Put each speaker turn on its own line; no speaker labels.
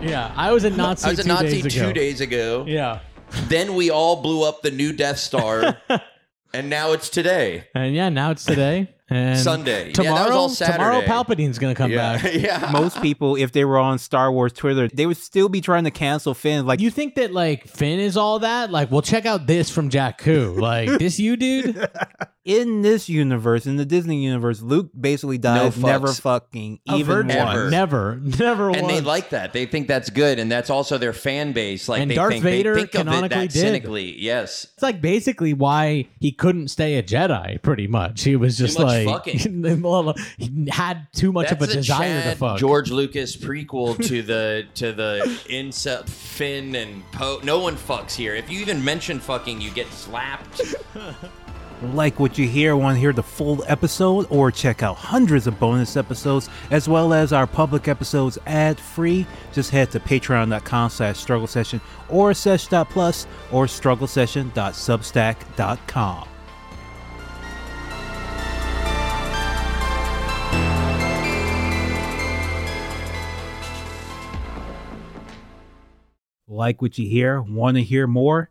Yeah, I was a Nazi.
I was a
two
Nazi
days
two
ago.
days ago.
Yeah,
Then we all blew up the new Death Star, and now it's today.
and yeah, now it's today and
Sunday. Yeah, that
Tomorrow,
was all
tomorrow,
Saturday.
Palpatine's gonna come
Yeah,
back.
yeah.
Most people, if they were on Star Wars Twitter, they would still be trying to cancel Finn. Like,
You think that like Finn is all that? Like, well, check out this from Jakku. Like this, you dude.
in this universe, in the Disney universe, Luke basically dies
fucks.
never fucking even
virgin.
once.
Ever.
never, never.
And
once.
they like that. They think that's good, and that's also their fan base. Like
And
they
Darth
think, they
Vader
think of it
canonically
that
did.
cynically. Yes,
It's like basically why he couldn't stay a Jedi. Pretty much, he was just like
much fucking.
Well, he had too much of a
That's
desire
Chad
to fuck.
George Lucas prequel to the to the incel Finn and Poe. No one fucks here. If you even mention fucking, you get slapped.
Like what you hear, want to hear the full episode, or check out hundreds of bonus episodes, as well as our public episodes ad-free, just head to patreon.com slash struggle session or sesh.plus or struggle session.substack.com. Like what you hear, want to hear more?